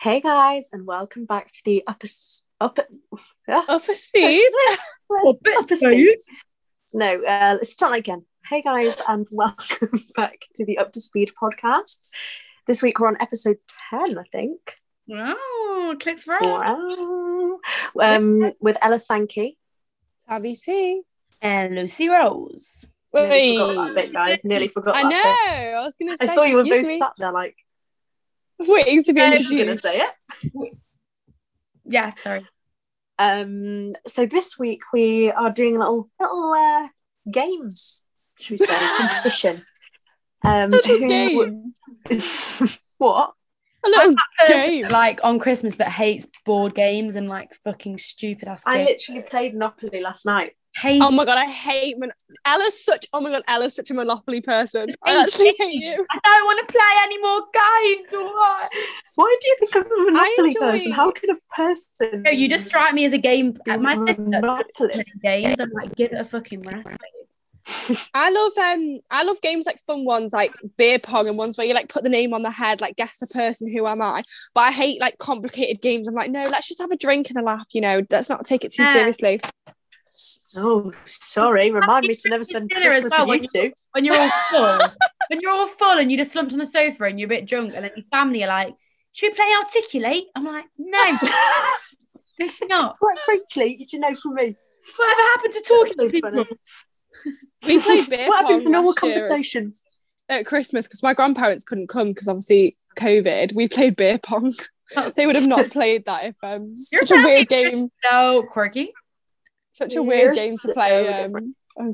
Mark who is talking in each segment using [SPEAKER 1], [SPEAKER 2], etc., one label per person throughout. [SPEAKER 1] Hey guys, and welcome back to the upper s- upper
[SPEAKER 2] Oh,
[SPEAKER 1] ah,
[SPEAKER 3] Upper speed. Upper
[SPEAKER 1] upper
[SPEAKER 3] speed.
[SPEAKER 1] speed. No, uh, let's start again. Hey guys, and welcome back to the Up to Speed podcast. This week we're on episode ten, I think.
[SPEAKER 3] Wow, clicks for us.
[SPEAKER 1] Wow. Um, with Ella Sankey.
[SPEAKER 3] Tabby C. And Lucy Rose.
[SPEAKER 1] Nearly forgot that bit, guys. Nearly forgot. that
[SPEAKER 2] I know.
[SPEAKER 1] bit.
[SPEAKER 2] I was gonna. Say,
[SPEAKER 1] I saw you were both
[SPEAKER 2] excuse me,
[SPEAKER 1] sat there like
[SPEAKER 2] waiting to be
[SPEAKER 1] "Who's gonna
[SPEAKER 2] introduced.
[SPEAKER 1] say it.
[SPEAKER 3] Yeah, sorry.
[SPEAKER 1] Um, so this week we are doing a little little uh, game, should we say, competition. Um,
[SPEAKER 2] Not just
[SPEAKER 1] who-
[SPEAKER 2] game.
[SPEAKER 1] what?
[SPEAKER 2] A little game.
[SPEAKER 3] Like on Christmas that hates board games and like fucking stupid ass
[SPEAKER 1] I
[SPEAKER 3] games.
[SPEAKER 1] literally played Monopoly last night.
[SPEAKER 3] Hates
[SPEAKER 2] Oh my god, I hate mon- Ella's such. Oh my god, Ella's such a monopoly person. I actually hate you.
[SPEAKER 3] I don't want to play anymore, guys. What?
[SPEAKER 1] Why do you think I'm a Monopoly
[SPEAKER 2] enjoy-
[SPEAKER 1] person? How can a person?
[SPEAKER 3] No, you just strike me as a game. uh,
[SPEAKER 1] do
[SPEAKER 3] My sister
[SPEAKER 1] Monopoly.
[SPEAKER 3] plays games. I'm like, give it a fucking rest.
[SPEAKER 2] I love um, I love games like fun ones like beer pong and ones where you like put the name on the head, like guess the person, who am I? But I hate like complicated games. I'm like, no, let's just have a drink and a laugh. You know, let's not take it too
[SPEAKER 3] Yeah.
[SPEAKER 2] seriously.
[SPEAKER 1] Oh, sorry. Remind me to never
[SPEAKER 3] Christmas
[SPEAKER 1] spend
[SPEAKER 3] dinner as
[SPEAKER 1] Christmas
[SPEAKER 3] well,
[SPEAKER 1] with you two.
[SPEAKER 3] When you're all full, when you're all full and you just slumped on the sofa and you're a bit drunk, and then your family are like, "Should we play articulate?" I'm like, "No, it's not."
[SPEAKER 1] Quite frankly, you know, for me,
[SPEAKER 3] Whatever happened to
[SPEAKER 1] that's
[SPEAKER 3] talking
[SPEAKER 1] so
[SPEAKER 3] to people?
[SPEAKER 1] funny.
[SPEAKER 2] We played beer
[SPEAKER 1] What
[SPEAKER 2] pong
[SPEAKER 1] happens in normal
[SPEAKER 2] last year and-
[SPEAKER 1] conversations?
[SPEAKER 2] at Christmas because my grandparents couldn't come because obviously COVID. We played beer pong.
[SPEAKER 1] Oh.
[SPEAKER 2] they would have not played that if um
[SPEAKER 3] Your
[SPEAKER 2] such a weird
[SPEAKER 3] family-
[SPEAKER 2] game,
[SPEAKER 3] So quirky.
[SPEAKER 2] such a weird
[SPEAKER 1] You're
[SPEAKER 2] game
[SPEAKER 1] so
[SPEAKER 2] to play
[SPEAKER 1] different.
[SPEAKER 2] um, on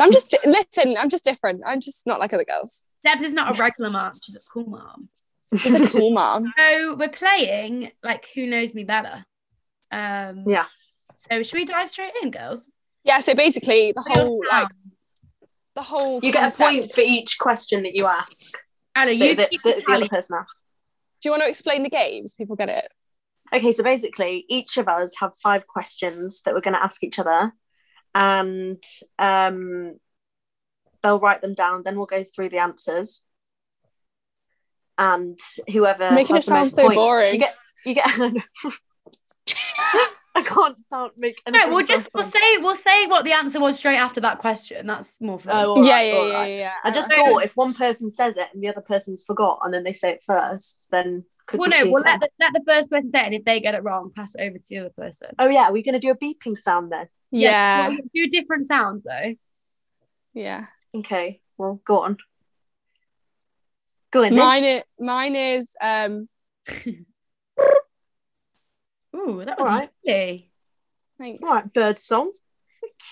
[SPEAKER 2] I'm just listen. I'm just different. I'm just not like other girls.
[SPEAKER 3] Debs is not a regular mom. She's a cool mom.
[SPEAKER 2] It's a cool mom.
[SPEAKER 3] So we're playing like Who Knows Me Better. Um,
[SPEAKER 1] Yeah.
[SPEAKER 3] So should we dive straight in, girls?
[SPEAKER 2] Yeah. So basically, the whole
[SPEAKER 3] Real
[SPEAKER 2] like
[SPEAKER 3] town.
[SPEAKER 2] the whole
[SPEAKER 1] You get a
[SPEAKER 2] concept-
[SPEAKER 1] point for each question that you ask.
[SPEAKER 3] Anna, you
[SPEAKER 1] That, that,
[SPEAKER 3] keep
[SPEAKER 1] that the other
[SPEAKER 3] tally.
[SPEAKER 1] person asks.
[SPEAKER 2] Do you want to explain the games? People get it.
[SPEAKER 1] Okay, so basically, each of us have five questions that we're going to ask each other, and um, they'll write them down. Then we'll go through the answers, and whoever
[SPEAKER 2] Making
[SPEAKER 1] has
[SPEAKER 2] it
[SPEAKER 1] the most
[SPEAKER 2] sound so
[SPEAKER 1] points-
[SPEAKER 2] boring.
[SPEAKER 1] you get you get. I can't sound make.
[SPEAKER 3] No,
[SPEAKER 1] anything
[SPEAKER 3] we'll
[SPEAKER 1] sound
[SPEAKER 3] just we'll
[SPEAKER 1] fun.
[SPEAKER 3] say we'll say what the answer was straight after that question. That's more fun.
[SPEAKER 1] Oh, all
[SPEAKER 2] yeah,
[SPEAKER 1] right,
[SPEAKER 2] yeah,
[SPEAKER 1] all
[SPEAKER 2] yeah,
[SPEAKER 1] right.
[SPEAKER 2] yeah,
[SPEAKER 1] I just
[SPEAKER 3] So-
[SPEAKER 1] thought if one person says it and the other person's forgot, and then they say it first, then could
[SPEAKER 3] well,
[SPEAKER 1] be
[SPEAKER 3] no,
[SPEAKER 1] cheating.
[SPEAKER 3] we'll let the, let the first person say it, and if they get it wrong, pass it over to the other person.
[SPEAKER 1] Oh yeah, we're going to do a beeping sound then.
[SPEAKER 2] yeah,
[SPEAKER 3] Well, we do different sounds though.
[SPEAKER 2] yeah.
[SPEAKER 1] Okay, well, go on. Go in. then.
[SPEAKER 2] Mine, is, mine is um.
[SPEAKER 3] Ooh, that
[SPEAKER 1] All
[SPEAKER 3] was
[SPEAKER 1] right.
[SPEAKER 3] lovely.
[SPEAKER 2] Thanks.
[SPEAKER 1] Right, bird song.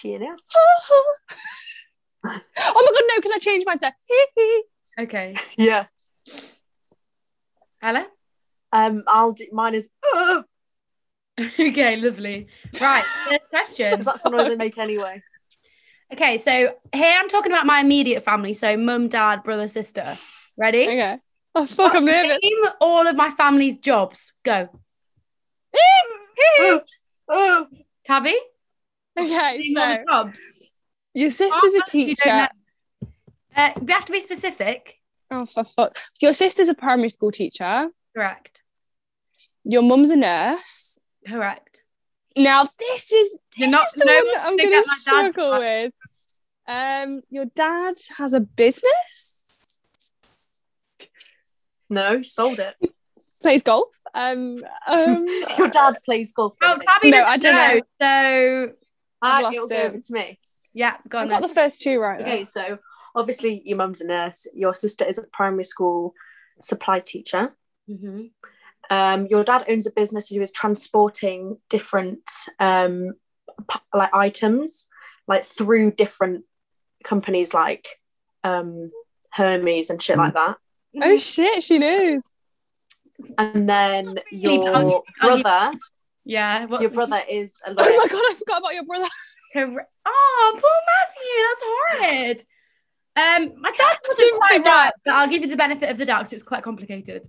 [SPEAKER 1] You know.
[SPEAKER 2] oh my god, no, can I change mine to hee hee?
[SPEAKER 3] Okay,
[SPEAKER 1] Yeah.
[SPEAKER 3] Ella.
[SPEAKER 1] Um, I'll do mine is because
[SPEAKER 3] okay, lovely. Right, first question.
[SPEAKER 1] that's the noise I make anyway.
[SPEAKER 3] Okay, so here I'm talking about my immediate family. So mum, dad, brother, sister. Ready?
[SPEAKER 2] Okay. Oh fuck, I'm nervous.
[SPEAKER 3] Name all of my family's jobs. Go.
[SPEAKER 1] oh, oh.
[SPEAKER 3] Tabby?
[SPEAKER 2] okay,
[SPEAKER 3] name all the
[SPEAKER 2] so
[SPEAKER 3] jobs.
[SPEAKER 2] your sister's a
[SPEAKER 3] Oh, you don't
[SPEAKER 2] teacher.
[SPEAKER 3] know. Uh, we have to be specific.
[SPEAKER 2] Oh for fuck. Your sister's a primary school teacher.
[SPEAKER 3] Correct.
[SPEAKER 2] Your mum's a nurse.
[SPEAKER 3] Correct.
[SPEAKER 2] Now this is
[SPEAKER 3] You're
[SPEAKER 2] this
[SPEAKER 3] not-
[SPEAKER 2] is the
[SPEAKER 3] no
[SPEAKER 2] one
[SPEAKER 3] one's
[SPEAKER 2] that I'm
[SPEAKER 3] gonna
[SPEAKER 2] gonna
[SPEAKER 3] get my dad
[SPEAKER 2] struggle
[SPEAKER 3] right.
[SPEAKER 2] with. Um, your dad has a business,
[SPEAKER 1] No, sold it.
[SPEAKER 2] plays golf. Um, um
[SPEAKER 1] Your dad plays golf.
[SPEAKER 3] Well,
[SPEAKER 1] doesn't he?
[SPEAKER 3] Tabby
[SPEAKER 2] No,
[SPEAKER 3] doesn't
[SPEAKER 2] I don't
[SPEAKER 3] know. So
[SPEAKER 1] Ah,
[SPEAKER 2] I've
[SPEAKER 1] it'll
[SPEAKER 2] lost
[SPEAKER 1] go
[SPEAKER 2] it.
[SPEAKER 1] over to me.
[SPEAKER 3] yeah, go
[SPEAKER 2] I
[SPEAKER 3] on.
[SPEAKER 2] got
[SPEAKER 3] then.
[SPEAKER 2] the first two right. there.
[SPEAKER 1] Okay, so obviously your mum's a nurse. Your sister is a primary school supply teacher.
[SPEAKER 3] Mhm.
[SPEAKER 1] Um, your dad owns a business to do with transporting different um p- like items like through different companies like um Hermes and shit like that.
[SPEAKER 2] Oh shit, she knows.
[SPEAKER 1] And then
[SPEAKER 3] really, but I'll
[SPEAKER 1] your
[SPEAKER 3] I'll give-
[SPEAKER 1] brother,
[SPEAKER 3] Yeah. What's
[SPEAKER 1] your brother is a
[SPEAKER 2] Oh my
[SPEAKER 1] lawyer.
[SPEAKER 2] god, I forgot about your brother.
[SPEAKER 3] Correct. Oh, poor Matthew. That's horrid. Um, my dad wasn't
[SPEAKER 2] Didn't
[SPEAKER 3] quite
[SPEAKER 2] think
[SPEAKER 3] right, but I'll give you the benefit of the doubt 'cause it's quite complicated.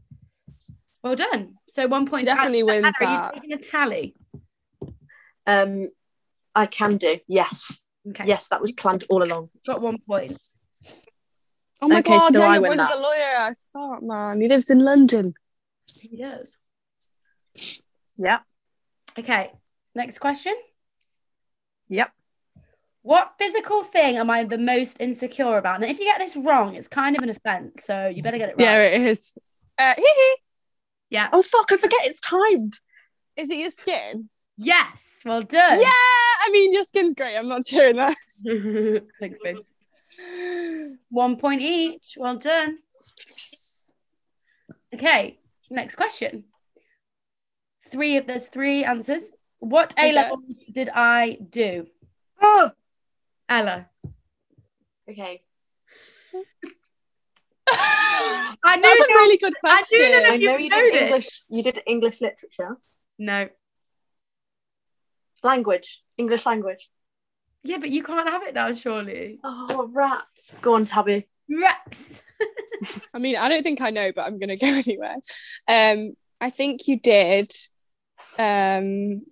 [SPEAKER 3] Well done. So one point.
[SPEAKER 2] She
[SPEAKER 3] to Alex.
[SPEAKER 2] definitely wins
[SPEAKER 3] Hannah, are
[SPEAKER 2] that.
[SPEAKER 3] you taking a tally?
[SPEAKER 1] Um, I can do. Yes,
[SPEAKER 3] Okay.
[SPEAKER 1] yes, that was planned all along.
[SPEAKER 3] Got one point.
[SPEAKER 2] Oh my
[SPEAKER 1] Okay,
[SPEAKER 2] god,
[SPEAKER 1] so
[SPEAKER 2] yeah,
[SPEAKER 1] I
[SPEAKER 2] your
[SPEAKER 1] win
[SPEAKER 2] brother's
[SPEAKER 1] that.
[SPEAKER 2] a lawyer. I thought, man, he lives in London.
[SPEAKER 3] He does.
[SPEAKER 1] Yeah.
[SPEAKER 3] Okay, next question.
[SPEAKER 1] Yep.
[SPEAKER 3] What physical thing am I the most insecure about? And if you get this wrong, it's kind of an offense, so you better get it right.
[SPEAKER 2] Yeah, it is. Uh, hee hee.
[SPEAKER 3] yeah.
[SPEAKER 1] Oh fuck! I forget it's timed.
[SPEAKER 2] Is it your skin?
[SPEAKER 3] Yes, well done.
[SPEAKER 2] Yeah, I mean your skin's great. I'm not cheering that.
[SPEAKER 3] Thanks, babe. One point each. Well done. Okay, next question. Three if there's three answers. What
[SPEAKER 2] Okay.
[SPEAKER 3] A levels did I do?
[SPEAKER 1] oh.
[SPEAKER 3] Ella.
[SPEAKER 1] Okay.
[SPEAKER 2] That's
[SPEAKER 3] I know.
[SPEAKER 2] a really good
[SPEAKER 3] I do know
[SPEAKER 2] question.
[SPEAKER 1] I
[SPEAKER 3] you
[SPEAKER 1] know you
[SPEAKER 3] know
[SPEAKER 1] did
[SPEAKER 3] it.
[SPEAKER 1] English. You did English literature,
[SPEAKER 3] No.
[SPEAKER 1] language, English language.
[SPEAKER 3] Yeah, but you can't have it now, surely.
[SPEAKER 1] Oh rats! Go on, Tabby.
[SPEAKER 3] Reps.
[SPEAKER 2] I mean, I don't think I know, but I'm gonna go anyway. Um, I think you did. Um,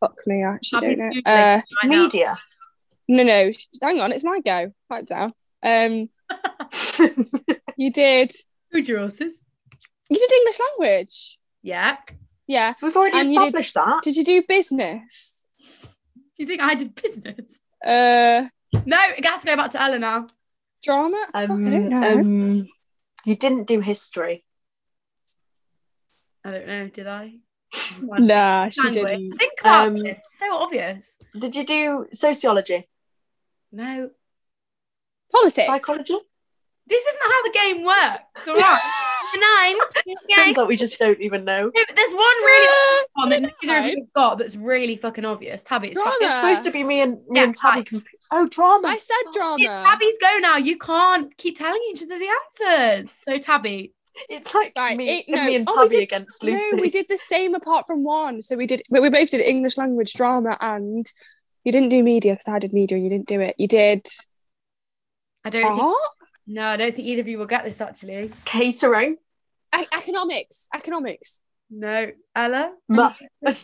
[SPEAKER 2] fuck me, I actually
[SPEAKER 3] I've
[SPEAKER 2] don't know.
[SPEAKER 3] been
[SPEAKER 2] Uh,
[SPEAKER 3] Right now.
[SPEAKER 1] Media.
[SPEAKER 2] no, no, sh- hang on, it's my go. Pipe down. Um, you did.
[SPEAKER 3] Food your horses.
[SPEAKER 2] You did English language.
[SPEAKER 3] Yeah.
[SPEAKER 2] Yeah.
[SPEAKER 1] We've already
[SPEAKER 2] And you did-
[SPEAKER 1] established that.
[SPEAKER 2] Did you do business?
[SPEAKER 3] You think I did business?
[SPEAKER 2] Uh,
[SPEAKER 3] No, it has to go back to Ella now.
[SPEAKER 2] drama. Fuck, Oh, I don't
[SPEAKER 1] Um,
[SPEAKER 2] know.
[SPEAKER 1] um, you didn't do history.
[SPEAKER 3] I don't know, did I?
[SPEAKER 2] nah, she
[SPEAKER 3] Language.
[SPEAKER 2] didn't.
[SPEAKER 3] Think about
[SPEAKER 1] Um,
[SPEAKER 3] it. It's so obvious.
[SPEAKER 1] Did you do sociology,
[SPEAKER 3] No.
[SPEAKER 2] Politics.
[SPEAKER 1] psychology?
[SPEAKER 3] This isn't how the game works. All right. Nine. Okay.
[SPEAKER 1] Things that we just don't even know.
[SPEAKER 3] No, but there's one really one that neither of
[SPEAKER 2] Nine.
[SPEAKER 3] you have got that's really fucking obvious. Tabby, it's,
[SPEAKER 2] Drama.
[SPEAKER 3] Tabby.
[SPEAKER 1] It's supposed to be me and me
[SPEAKER 3] Yeah,
[SPEAKER 1] and Tabby.
[SPEAKER 3] right.
[SPEAKER 1] Comp- oh, drama.
[SPEAKER 2] I said
[SPEAKER 3] it's
[SPEAKER 2] drama.
[SPEAKER 3] Tabby's go now. You can't keep telling each other the answers. So Tabby,
[SPEAKER 1] It's like
[SPEAKER 2] Right,
[SPEAKER 1] me,
[SPEAKER 2] it- no.
[SPEAKER 1] me and
[SPEAKER 2] Oh, we
[SPEAKER 1] Tabby
[SPEAKER 2] did-
[SPEAKER 1] against Lucy.
[SPEAKER 2] No, we did the same apart from one. So we did, but we both did English language drama, and you didn't do media because I did media and you didn't do it. You did
[SPEAKER 3] I don't think
[SPEAKER 1] Oh.
[SPEAKER 2] art,
[SPEAKER 3] no, I don't think either of you will get this actually.
[SPEAKER 1] Catering.
[SPEAKER 2] E- economics, economics.
[SPEAKER 3] No. Ella?
[SPEAKER 1] Ma-
[SPEAKER 2] What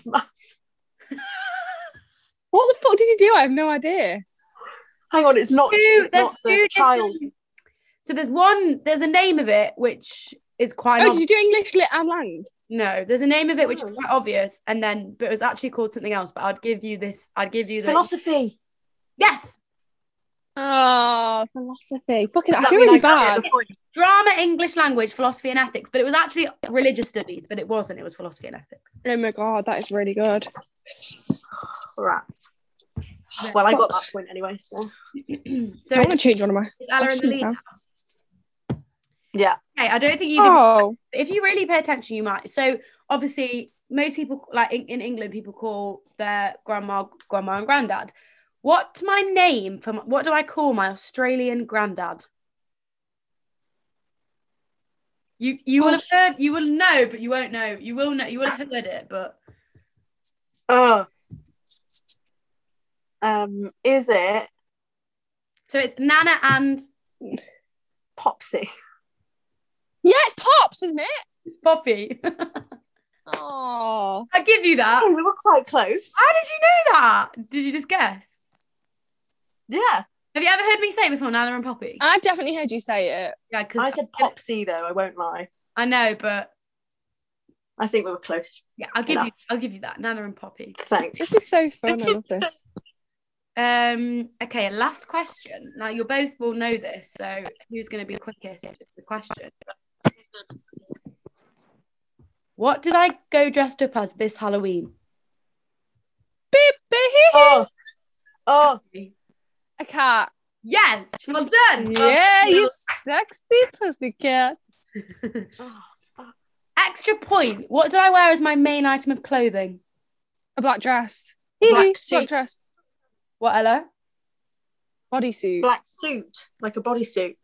[SPEAKER 2] the fuck did you do? I have no idea.
[SPEAKER 1] Hang on, it's not.
[SPEAKER 3] Two,
[SPEAKER 1] it's
[SPEAKER 3] there's
[SPEAKER 1] not
[SPEAKER 3] two
[SPEAKER 1] the child.
[SPEAKER 3] different- So there's one, there's a name of it which is quite
[SPEAKER 2] oh,
[SPEAKER 3] obvious.
[SPEAKER 2] did you do English lit and lang?
[SPEAKER 3] No, there's a name of it which
[SPEAKER 1] Oh.
[SPEAKER 3] is quite obvious, and then but it was actually called something else. But I'd give you this. I'd give you the
[SPEAKER 1] Philosophy.
[SPEAKER 3] yes,
[SPEAKER 2] Oh, philosophy. Fucking,
[SPEAKER 1] Ah, Does
[SPEAKER 2] I
[SPEAKER 1] that
[SPEAKER 2] feel
[SPEAKER 1] mean
[SPEAKER 2] really
[SPEAKER 1] I
[SPEAKER 2] bad.
[SPEAKER 1] get the point?
[SPEAKER 3] drama, English language, philosophy, and ethics. But it was actually religious studies, but it wasn't. It was philosophy and ethics.
[SPEAKER 2] Oh my god, that is really good.
[SPEAKER 1] Rats. Well, I got that point anyway. So
[SPEAKER 3] so
[SPEAKER 2] I want to
[SPEAKER 3] it's
[SPEAKER 2] change one of my.
[SPEAKER 3] it's Ella in the
[SPEAKER 2] questions
[SPEAKER 3] lead.
[SPEAKER 2] now.
[SPEAKER 3] now.
[SPEAKER 1] yeah,
[SPEAKER 3] Okay, I don't think either.
[SPEAKER 2] Oh,
[SPEAKER 3] If you really pay attention, you might. So obviously, most people like in, in England, people call their grandma, grandma, and granddad. What's my name for? My, what do I call my Australian granddad? You you will have heard. You will know, but you won't know. You will know. You will have heard it, but
[SPEAKER 1] Oh. Um, is it
[SPEAKER 3] so it's Nana and
[SPEAKER 1] Popsy?
[SPEAKER 2] yeah, it's pops, isn't it?
[SPEAKER 3] Poppy.
[SPEAKER 2] Oh,
[SPEAKER 3] I give you that.
[SPEAKER 1] Oh, we were quite close.
[SPEAKER 3] How did you know that? Did you just guess?
[SPEAKER 1] Yeah,
[SPEAKER 3] Have you ever heard me say before Nana and Poppy?
[SPEAKER 2] I've definitely heard you say it.
[SPEAKER 3] yeah,
[SPEAKER 1] Um, I
[SPEAKER 3] because
[SPEAKER 1] said Popsy though. I won't lie.
[SPEAKER 3] I know, but
[SPEAKER 1] I think we were close.
[SPEAKER 3] yeah, I'll give
[SPEAKER 1] Enough.
[SPEAKER 3] you. I'll give you that. Nana and Poppy.
[SPEAKER 1] Thanks.
[SPEAKER 2] This is so fun. I love this.
[SPEAKER 3] Um, okay, last question. Now you both will know this, so who's going to be quickest is the question. What did I go dressed up as this Halloween?
[SPEAKER 2] Beep, beep, hee, hee.
[SPEAKER 1] Oh, oh,
[SPEAKER 2] A cat.
[SPEAKER 3] Yes, well done.
[SPEAKER 2] Yeah, you sexy pussycat.
[SPEAKER 3] Extra point. What did I wear as my main item of clothing?
[SPEAKER 2] A black dress.
[SPEAKER 1] Black
[SPEAKER 2] Hee hee,
[SPEAKER 1] suit.
[SPEAKER 2] dress.
[SPEAKER 3] What Ella?
[SPEAKER 2] Bodysuit.
[SPEAKER 1] black suit, like a bodysuit.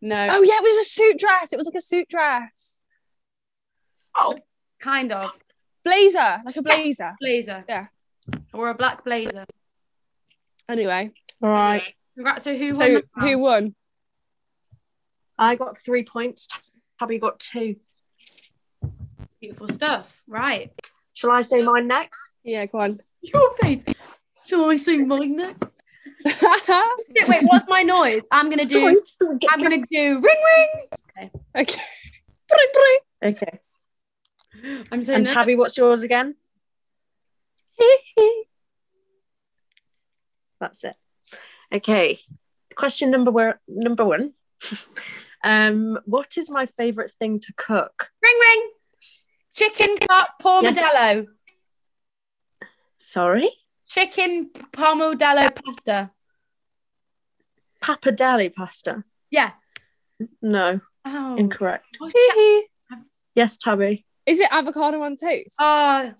[SPEAKER 3] No,
[SPEAKER 2] Oh yeah, it was a suit dress. It was like a suit dress.
[SPEAKER 3] kind of
[SPEAKER 2] Blazer, like a blazer.
[SPEAKER 3] blazer.
[SPEAKER 2] Yeah.
[SPEAKER 3] I wore a black blazer.
[SPEAKER 2] Anyway,
[SPEAKER 1] Right.
[SPEAKER 3] Congrats. So who won?
[SPEAKER 2] so
[SPEAKER 3] that
[SPEAKER 2] who
[SPEAKER 3] round?
[SPEAKER 2] won?
[SPEAKER 1] I got three points. Tabby got two.
[SPEAKER 3] Beautiful stuff. Right.
[SPEAKER 1] Shall I say mine next?
[SPEAKER 2] Yeah, go on.
[SPEAKER 3] Your face. Shall I sing mine next? Wait, wait, what's my noise? I'm gonna do.
[SPEAKER 1] Sorry, sorry, get-
[SPEAKER 3] I'm gonna do ring ring.
[SPEAKER 2] okay. Bring, bring.
[SPEAKER 1] Okay.
[SPEAKER 3] I'm so
[SPEAKER 1] And
[SPEAKER 3] nervous.
[SPEAKER 1] Tabby, what's yours again? That's it. Okay. Question number one. Number one. um, what is my favorite thing to cook?
[SPEAKER 3] ring ring. Chicken par- pomodelo.
[SPEAKER 1] Sorry,
[SPEAKER 3] Chicken pomodelo pasta.
[SPEAKER 1] pappardelle pasta.
[SPEAKER 3] Yeah.
[SPEAKER 1] No,
[SPEAKER 3] Oh.
[SPEAKER 1] incorrect.
[SPEAKER 3] what's that?
[SPEAKER 1] Yes, Tabby.
[SPEAKER 2] Is it avocado on toast?
[SPEAKER 3] Oh,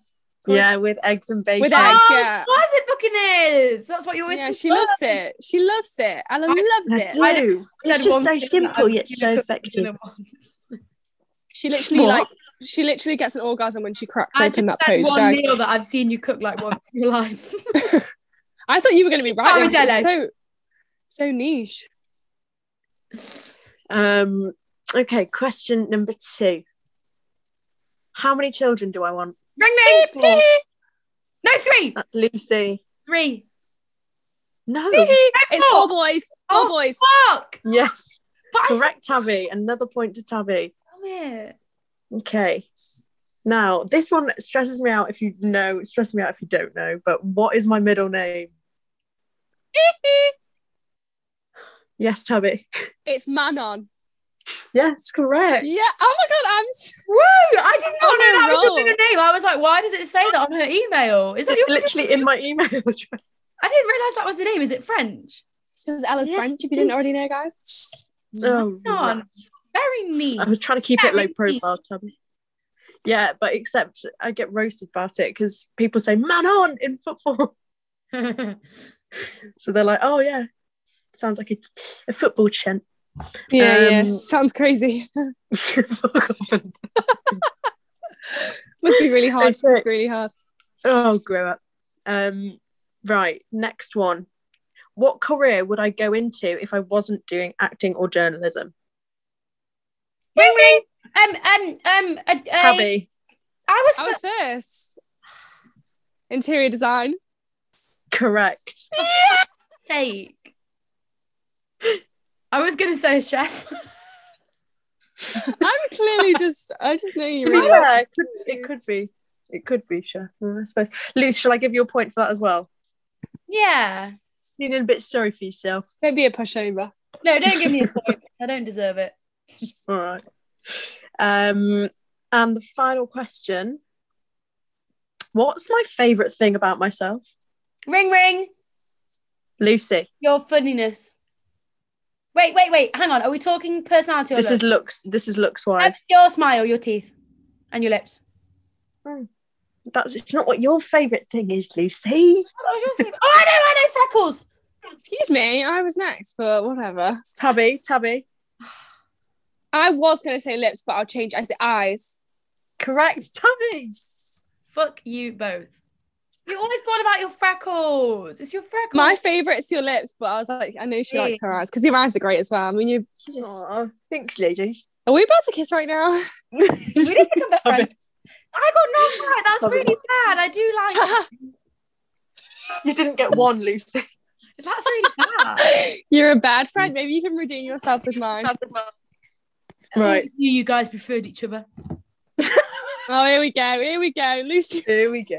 [SPEAKER 3] Good.
[SPEAKER 1] Yeah, with eggs and bacon.
[SPEAKER 2] With
[SPEAKER 3] oh,
[SPEAKER 2] eggs, yeah.
[SPEAKER 3] What is it fucking is? That's what you always
[SPEAKER 2] yeah,
[SPEAKER 3] cook
[SPEAKER 2] she
[SPEAKER 3] up.
[SPEAKER 2] loves it. She loves it. Ella
[SPEAKER 1] I
[SPEAKER 2] loves it.
[SPEAKER 3] I'd have
[SPEAKER 1] do.
[SPEAKER 3] said
[SPEAKER 1] It's just
[SPEAKER 3] one
[SPEAKER 1] so
[SPEAKER 3] thing that
[SPEAKER 1] simple
[SPEAKER 3] I've
[SPEAKER 1] yet
[SPEAKER 3] seen
[SPEAKER 1] so
[SPEAKER 3] her cook for
[SPEAKER 1] effective.
[SPEAKER 3] dinner once.
[SPEAKER 2] She literally
[SPEAKER 1] What?
[SPEAKER 2] like she literally gets an orgasm when she cracks
[SPEAKER 3] I
[SPEAKER 2] open
[SPEAKER 3] just
[SPEAKER 2] that
[SPEAKER 3] said
[SPEAKER 2] post.
[SPEAKER 3] one
[SPEAKER 2] Shag.
[SPEAKER 3] meal that I've seen you cook like once in your life.
[SPEAKER 2] I thought you were gonna be
[SPEAKER 3] Oh,
[SPEAKER 2] right. there, 'cause it's
[SPEAKER 3] Paradelo.
[SPEAKER 2] So so niche.
[SPEAKER 1] Um, okay, question number two. How many children do I want?
[SPEAKER 3] ring ring. Four. No three.
[SPEAKER 1] That's Lucy.
[SPEAKER 3] Three.
[SPEAKER 1] No.
[SPEAKER 2] it's four
[SPEAKER 3] four.
[SPEAKER 2] boys. Four
[SPEAKER 3] Oh,
[SPEAKER 2] boys.
[SPEAKER 3] Fuck.
[SPEAKER 1] yes.
[SPEAKER 3] But I
[SPEAKER 1] Correct, Tabby. Another point to Tabby.
[SPEAKER 3] saw it.
[SPEAKER 1] Okay. Now, this one stresses me out if you know, it stresses me out if you don't know, but what is my middle name? yes, Tabby.
[SPEAKER 2] It's Manon.
[SPEAKER 1] Yes, correct.
[SPEAKER 2] Yeah. Oh my god, I'm s-
[SPEAKER 3] Whoa! I did not
[SPEAKER 2] On
[SPEAKER 3] know
[SPEAKER 2] a
[SPEAKER 3] that was your
[SPEAKER 2] roll.
[SPEAKER 3] middle name. I was like, why does it say that on her email? Is that
[SPEAKER 1] It's
[SPEAKER 3] your?
[SPEAKER 1] literally in my email address.
[SPEAKER 3] I didn't realize that was the name. Is it French?
[SPEAKER 2] this is Ella's
[SPEAKER 1] Yes,
[SPEAKER 2] French, if
[SPEAKER 1] it
[SPEAKER 2] you didn't
[SPEAKER 1] is.
[SPEAKER 2] already know, guys.
[SPEAKER 1] Oh,
[SPEAKER 3] on.
[SPEAKER 1] right.
[SPEAKER 3] Very mean.
[SPEAKER 1] I was trying to keep it low
[SPEAKER 3] Tabby.
[SPEAKER 1] profile, Tabby. Yeah, but except I get roasted about it because people say man on in football. so they're like, oh, yeah, sounds like a, a football chant.
[SPEAKER 2] Yeah, yeah.
[SPEAKER 1] Um,
[SPEAKER 2] Sounds crazy.
[SPEAKER 1] Fuck off.
[SPEAKER 2] Must be really hard.
[SPEAKER 1] Okay.
[SPEAKER 2] It's really hard.
[SPEAKER 1] Oh, grow up. Um, right, next one. What career would I go into if I wasn't doing acting or journalism?
[SPEAKER 3] ring ring. Um um um. Uh, uh,
[SPEAKER 1] Tabby,
[SPEAKER 3] I was.
[SPEAKER 2] I was first. Interior design.
[SPEAKER 1] correct.
[SPEAKER 3] sake. I was gonna say a chef.
[SPEAKER 2] I'm clearly just I just know you really
[SPEAKER 1] Yeah, it could, it could be. It could be, Chef. I suppose. Luce, shall I give you a point for that as well?
[SPEAKER 3] yeah.
[SPEAKER 1] Feeling a bit sorry for yourself.
[SPEAKER 2] don't be a pushover.
[SPEAKER 3] No, don't give me a point. I don't deserve it.
[SPEAKER 1] All right. Um, and the final question What's my favourite thing about myself?
[SPEAKER 3] Ring ring.
[SPEAKER 1] Lucy,
[SPEAKER 3] Your funniness. Wait, wait, wait. Hang on. Are we talking personality? Or
[SPEAKER 1] this
[SPEAKER 3] look?
[SPEAKER 1] is looks. This is looks wise.
[SPEAKER 3] That's your smile, your teeth, and your lips.
[SPEAKER 1] That's it's not what your favourite thing is, Lucy.
[SPEAKER 3] Oh, I know, I know freckles.
[SPEAKER 2] Excuse me, I was next, but whatever.
[SPEAKER 1] Tabby, Tabby.
[SPEAKER 2] I was gonna say lips, but I'll change. I say eyes.
[SPEAKER 1] Correct, Tabby.
[SPEAKER 3] Fuck you both. You always thought about your freckles. It's your freckles.
[SPEAKER 2] My favourite's your lips, but I was like, I know she likes her eyes because your eyes are great as well. I mean, you she just
[SPEAKER 1] Aw, thanks, lady.
[SPEAKER 2] are we about to kiss right now?
[SPEAKER 3] we didn't become best
[SPEAKER 1] Stop it.
[SPEAKER 3] friends. I got no right. That's
[SPEAKER 1] Stop it.
[SPEAKER 3] really bad. I do like.
[SPEAKER 1] You didn't get one, Lucy.
[SPEAKER 3] That's really bad.
[SPEAKER 2] You're a bad
[SPEAKER 1] Mm.
[SPEAKER 2] friend. Maybe you can redeem yourself with mine.
[SPEAKER 1] Right,
[SPEAKER 3] You, you guys preferred each other.
[SPEAKER 2] Oh, here we go. Here we go, Lucy.
[SPEAKER 1] here we go.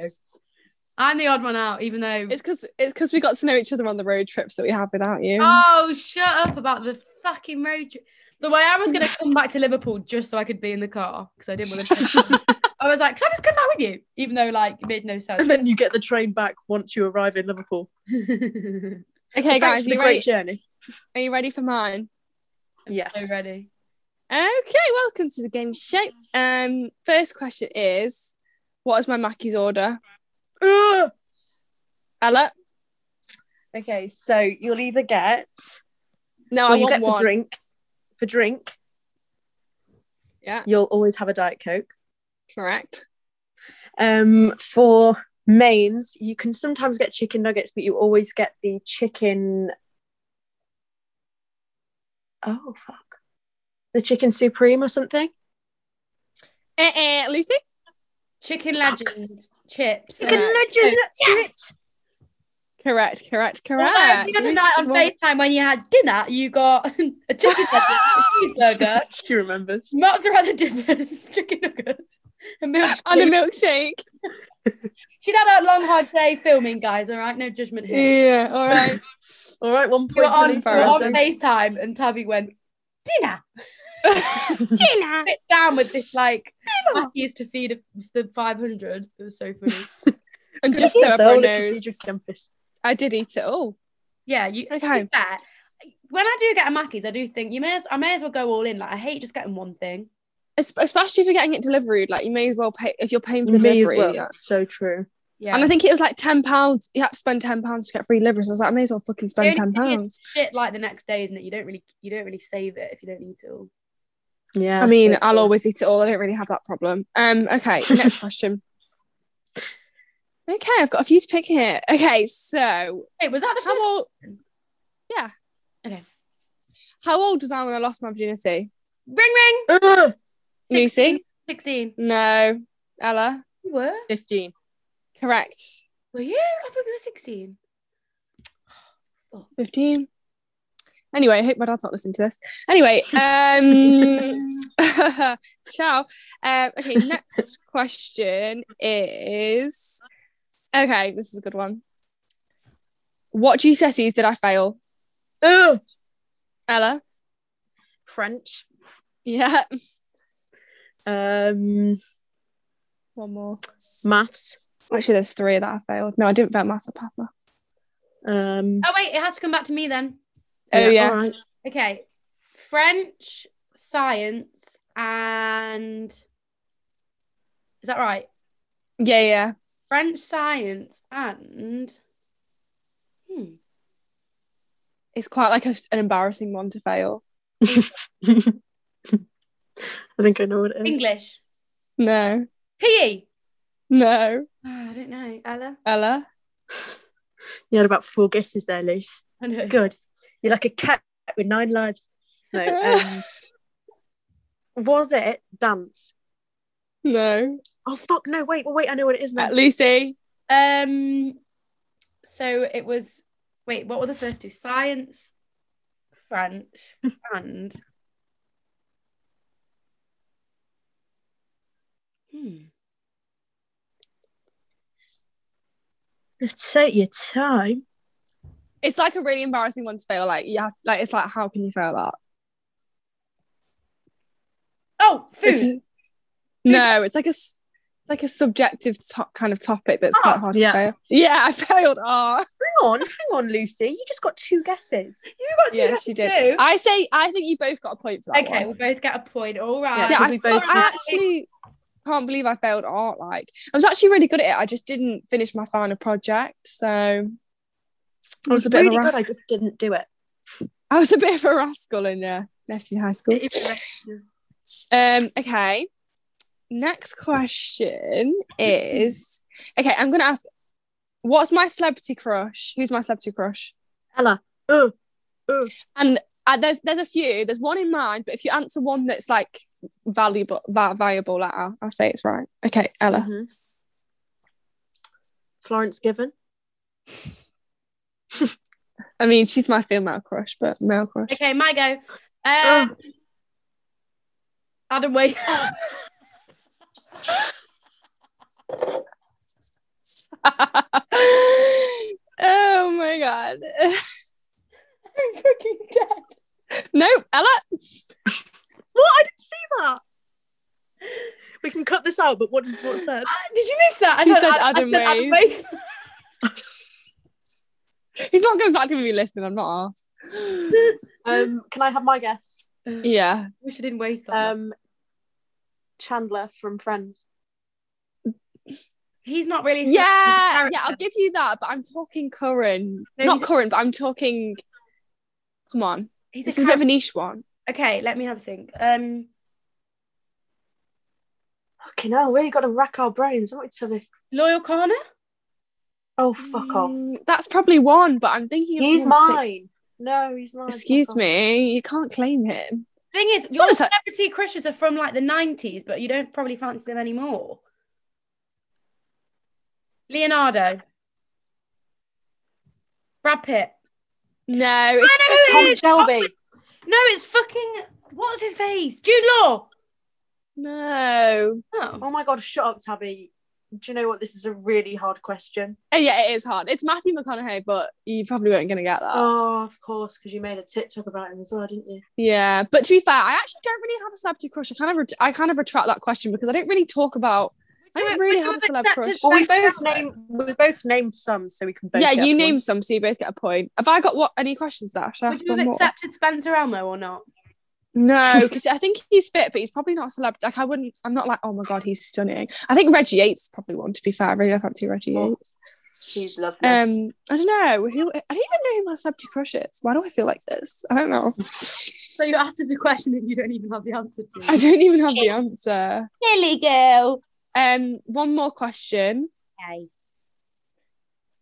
[SPEAKER 3] I'm the odd one out, even though.
[SPEAKER 2] It's because it's because we got to know each other on the road trips that we have without you.
[SPEAKER 3] Oh, shut up about the fucking road trip. The way I was going to come back to Liverpool just so I could be in the car because I didn't want to. I was like, can I just come back with you? Even though, like, it made no
[SPEAKER 1] And
[SPEAKER 3] sense.
[SPEAKER 1] then you get the train back once you arrive in Liverpool.
[SPEAKER 3] I'm
[SPEAKER 2] okay,
[SPEAKER 1] Thanks
[SPEAKER 2] guys,
[SPEAKER 1] for
[SPEAKER 2] are
[SPEAKER 1] the
[SPEAKER 2] you
[SPEAKER 1] great
[SPEAKER 2] ready?
[SPEAKER 1] journey.
[SPEAKER 2] Are you ready for mine?
[SPEAKER 1] Yes.
[SPEAKER 3] so ready.
[SPEAKER 2] Okay, welcome to the game show. Um, first question is, what is my Mackey's order?
[SPEAKER 1] Ugh.
[SPEAKER 2] Ella?
[SPEAKER 1] Okay, so you'll either get
[SPEAKER 2] No,
[SPEAKER 1] well,
[SPEAKER 2] I
[SPEAKER 1] you
[SPEAKER 2] want
[SPEAKER 1] Oh, get for
[SPEAKER 2] one.
[SPEAKER 1] drink. For drink,
[SPEAKER 2] Yeah,
[SPEAKER 1] you'll always have a diet coke.
[SPEAKER 2] correct.
[SPEAKER 1] Um, for mains, you can sometimes get chicken nuggets, but you always get the chicken. Oh fuck! The chicken supreme or something.
[SPEAKER 2] Eh, eh, Lucy?
[SPEAKER 3] Chicken legend chips.
[SPEAKER 2] Chicken
[SPEAKER 3] Uh,
[SPEAKER 1] legend.
[SPEAKER 2] Correct, correct, correct.
[SPEAKER 3] Although the other night on
[SPEAKER 2] Well,
[SPEAKER 3] FaceTime when you had dinner, you got a chicken nugget, a cheeseburger,
[SPEAKER 2] she remembers.
[SPEAKER 3] mozzarella dippers, chicken nuggets, and milk.
[SPEAKER 2] And a milkshake.
[SPEAKER 3] She'd had a long, hard day filming, guys. All right, no judgment here.
[SPEAKER 2] Yeah, all right. all right, one
[SPEAKER 3] We were
[SPEAKER 2] point
[SPEAKER 3] on,
[SPEAKER 2] to
[SPEAKER 3] we were on
[SPEAKER 2] embarrassing.
[SPEAKER 3] FaceTime, and Tabby went dinner. Dinner. Sit down with this like. I used to feed the 500. It was so funny.
[SPEAKER 2] and just so everyone knows, I did eat it all.
[SPEAKER 3] Yeah, you to be
[SPEAKER 2] Okay.
[SPEAKER 3] fair, When I do get a Mackey's, I do think you may as I may as well go all in. Like I hate just getting one thing.
[SPEAKER 2] Es- Especially if you're getting it delivered, like you may as well pay if you're paying for the
[SPEAKER 1] Me as
[SPEAKER 2] delivery.
[SPEAKER 1] well.
[SPEAKER 2] yeah.
[SPEAKER 1] So true.
[SPEAKER 3] Yeah.
[SPEAKER 2] And I think it was like ten pounds. You had to spend ten pounds to get free delivery. So I was like, I may as well fucking spend
[SPEAKER 3] The
[SPEAKER 2] ten
[SPEAKER 3] only thing is-
[SPEAKER 2] pounds.
[SPEAKER 3] shit like the next day, isn't it? You don't really you don't really save it if you don't need it all.
[SPEAKER 1] Yeah.
[SPEAKER 2] I mean,
[SPEAKER 1] so
[SPEAKER 2] I'll
[SPEAKER 1] true.
[SPEAKER 2] always eat it all. I don't really have that problem. Um, okay, next question. Okay, I've got a few to pick here. Okay, so
[SPEAKER 3] Wait, was that the first?
[SPEAKER 2] how old? Yeah.
[SPEAKER 3] Okay.
[SPEAKER 2] How old was I when I lost my virginity?
[SPEAKER 3] Ring ring.
[SPEAKER 1] Ugh,
[SPEAKER 2] Lucy?
[SPEAKER 3] Sixteen.
[SPEAKER 2] No. Ella?
[SPEAKER 3] You were?
[SPEAKER 1] fifteen.
[SPEAKER 2] Correct.
[SPEAKER 3] Were you? I thought you were sixteen.
[SPEAKER 2] 15. Anyway, I hope my dad's not listening to this. Anyway, um, ciao. Um, okay, next question is okay, this is a good one. What GCSEs did I fail?
[SPEAKER 1] Ugh,
[SPEAKER 2] Ella?
[SPEAKER 1] French.
[SPEAKER 2] Yeah.
[SPEAKER 1] Um,
[SPEAKER 2] One more.
[SPEAKER 1] maths.
[SPEAKER 2] Actually, there's three that I failed. No, I didn't fail maths or papa.
[SPEAKER 1] Um,
[SPEAKER 3] Oh wait, it has to come back to me then.
[SPEAKER 2] Oh, yeah.
[SPEAKER 1] alright.
[SPEAKER 3] Okay. French, science, and is that right?
[SPEAKER 2] Yeah, yeah.
[SPEAKER 3] French science and hmm.
[SPEAKER 2] It's quite like a, an embarrassing one to fail.
[SPEAKER 1] I think I know what it is.
[SPEAKER 3] English. E.
[SPEAKER 2] No.
[SPEAKER 3] PE.
[SPEAKER 2] No.
[SPEAKER 3] Ah, I don't know, Ella.
[SPEAKER 2] Ella?
[SPEAKER 1] You had about four guesses there, Luce.
[SPEAKER 3] I know.
[SPEAKER 1] Good. You're like a cat with nine lives. No. Um, was it dance?
[SPEAKER 2] no.
[SPEAKER 1] Oh fuck! No, wait, wait. I know what it is now.
[SPEAKER 2] Uh, Lucy?
[SPEAKER 3] Um so it was wait, what were the first two? Science, French, and hmm.
[SPEAKER 1] Take your time.
[SPEAKER 2] it's like a really embarrassing one to fail. Like, yeah, like it's like, how can you fail that?
[SPEAKER 3] Oh, food.
[SPEAKER 2] It's- no, it's like a s- it's like a subjective to- kind of topic that's quite
[SPEAKER 3] Art,
[SPEAKER 2] hard
[SPEAKER 1] Oh, yeah.
[SPEAKER 2] to fail. Yeah, I failed Ah. art.
[SPEAKER 1] Hang on, hang on, Lucy. You just got two guesses.
[SPEAKER 3] you got two
[SPEAKER 2] yeah,
[SPEAKER 3] guesses
[SPEAKER 2] she did.
[SPEAKER 3] too.
[SPEAKER 2] I say, I think you both got a point for that.
[SPEAKER 3] Okay,
[SPEAKER 2] one.
[SPEAKER 3] we'll both get a point. All
[SPEAKER 2] Yeah,
[SPEAKER 3] right.
[SPEAKER 1] because
[SPEAKER 2] I,
[SPEAKER 1] we
[SPEAKER 2] felt-
[SPEAKER 1] both-
[SPEAKER 2] I actually can't believe I failed art. Like, I was actually really good at it. I just didn't finish my final project, so I was a bit
[SPEAKER 1] really
[SPEAKER 2] of a
[SPEAKER 1] good. I
[SPEAKER 2] ras-
[SPEAKER 1] just didn't do it.
[SPEAKER 2] I was a bit of a rascal in uh, Leslie High School. Um, okay. Next question is okay, I'm gonna ask what's my celebrity crush? Who's my celebrity crush?
[SPEAKER 1] Ella. Ugh.
[SPEAKER 2] Uh, there's there's a few, there's one in mind, but if you answer one that's like valuable va- viable, like, I'll, I'll say it's right. Okay, Ella.
[SPEAKER 1] Mhm. Florence Given.
[SPEAKER 2] I mean she's my female crush, but male crush.
[SPEAKER 3] Okay, my go.
[SPEAKER 2] Oh.
[SPEAKER 3] Um, Adam Wait.
[SPEAKER 2] oh my god.
[SPEAKER 3] I'm fucking dead.
[SPEAKER 2] no, Ella.
[SPEAKER 1] What? I didn't see that. We can cut this out, but what what said?
[SPEAKER 3] Ah, did you miss that?
[SPEAKER 2] She
[SPEAKER 3] thought
[SPEAKER 2] said
[SPEAKER 3] Ad-
[SPEAKER 2] Adam
[SPEAKER 3] said
[SPEAKER 2] Wade.
[SPEAKER 3] Wade.
[SPEAKER 2] He's not gonna not gonna be listening, I'm not asked.
[SPEAKER 1] Um, can I have my guess?
[SPEAKER 2] Yeah.
[SPEAKER 3] Wish I didn't waste that. one.
[SPEAKER 1] Um, Chandler from Friends.
[SPEAKER 3] he's not really. a
[SPEAKER 2] Yeah,
[SPEAKER 3] character.
[SPEAKER 2] yeah, I'll give you that, but I'm talking current.
[SPEAKER 3] No,
[SPEAKER 2] Not
[SPEAKER 3] he's-
[SPEAKER 2] current, but I'm talking. Come on,
[SPEAKER 3] He's
[SPEAKER 2] this
[SPEAKER 3] a
[SPEAKER 2] is a bit of
[SPEAKER 3] character.
[SPEAKER 2] a niche one.
[SPEAKER 3] Okay, let me have a think. Um,
[SPEAKER 1] Fucking hell, really got to rack our brains. What to be?
[SPEAKER 3] loyal Connor.
[SPEAKER 1] Oh fuck off.
[SPEAKER 2] Mm, That's probably one, but I'm thinking. Of
[SPEAKER 1] He's
[SPEAKER 2] someone partic-
[SPEAKER 1] mine. No, he's mine.
[SPEAKER 2] Excuse
[SPEAKER 1] Fuck
[SPEAKER 2] me, you can't claim him.
[SPEAKER 3] Thing is, your
[SPEAKER 2] it's like-
[SPEAKER 3] celebrity crushes are from like the '90s, but you don't probably fancy them anymore. Leonardo. Brad Pitt.
[SPEAKER 2] No,
[SPEAKER 3] I
[SPEAKER 2] it's
[SPEAKER 3] know who it
[SPEAKER 1] Tom
[SPEAKER 3] is.
[SPEAKER 1] Shelby.
[SPEAKER 3] No, it's fucking what's his face? Jude Law.
[SPEAKER 2] no.
[SPEAKER 3] Oh.
[SPEAKER 1] Oh my god, shut up, Tabby. Do you know what? This is a really hard question.
[SPEAKER 2] Oh, yeah, it is hard. It's Matthew McConaughey, but you probably weren't going to get that.
[SPEAKER 1] Oh, of course, because you made a TikTok about him as well, didn't you?
[SPEAKER 2] Yeah, but to be fair, I actually don't really have a celebrity crush. I kind of, ret- I kind of retract that question because I don't really talk about. I don't really have a celeb crush.
[SPEAKER 1] Well, we both name we both named some, so we can both.
[SPEAKER 2] yeah,
[SPEAKER 1] get
[SPEAKER 2] you
[SPEAKER 1] one.
[SPEAKER 2] named some, so you both get a point. Have I got what? Any questions there? Should I
[SPEAKER 3] Would
[SPEAKER 2] ask
[SPEAKER 3] you
[SPEAKER 2] one
[SPEAKER 3] have
[SPEAKER 2] more?
[SPEAKER 3] accepted Spencer Elmo or not?
[SPEAKER 2] No, because I think he's fit, but he's probably not a celebrity. Like I wouldn't. I'm not like, oh my god, he's stunning. I think Reggie Yates is probably one. To be fair, I really like to Reggie
[SPEAKER 1] Well,
[SPEAKER 2] Yates.
[SPEAKER 1] She's lovely.
[SPEAKER 2] Um, I don't know who. I don't even know who my celebrity crush is. Why do I feel like this? I don't know.
[SPEAKER 3] So you answered a question that you don't even have the answer
[SPEAKER 2] I
[SPEAKER 3] to.
[SPEAKER 2] don't even have the answer.
[SPEAKER 3] Silly girl.
[SPEAKER 2] Um, one more question.
[SPEAKER 3] Okay.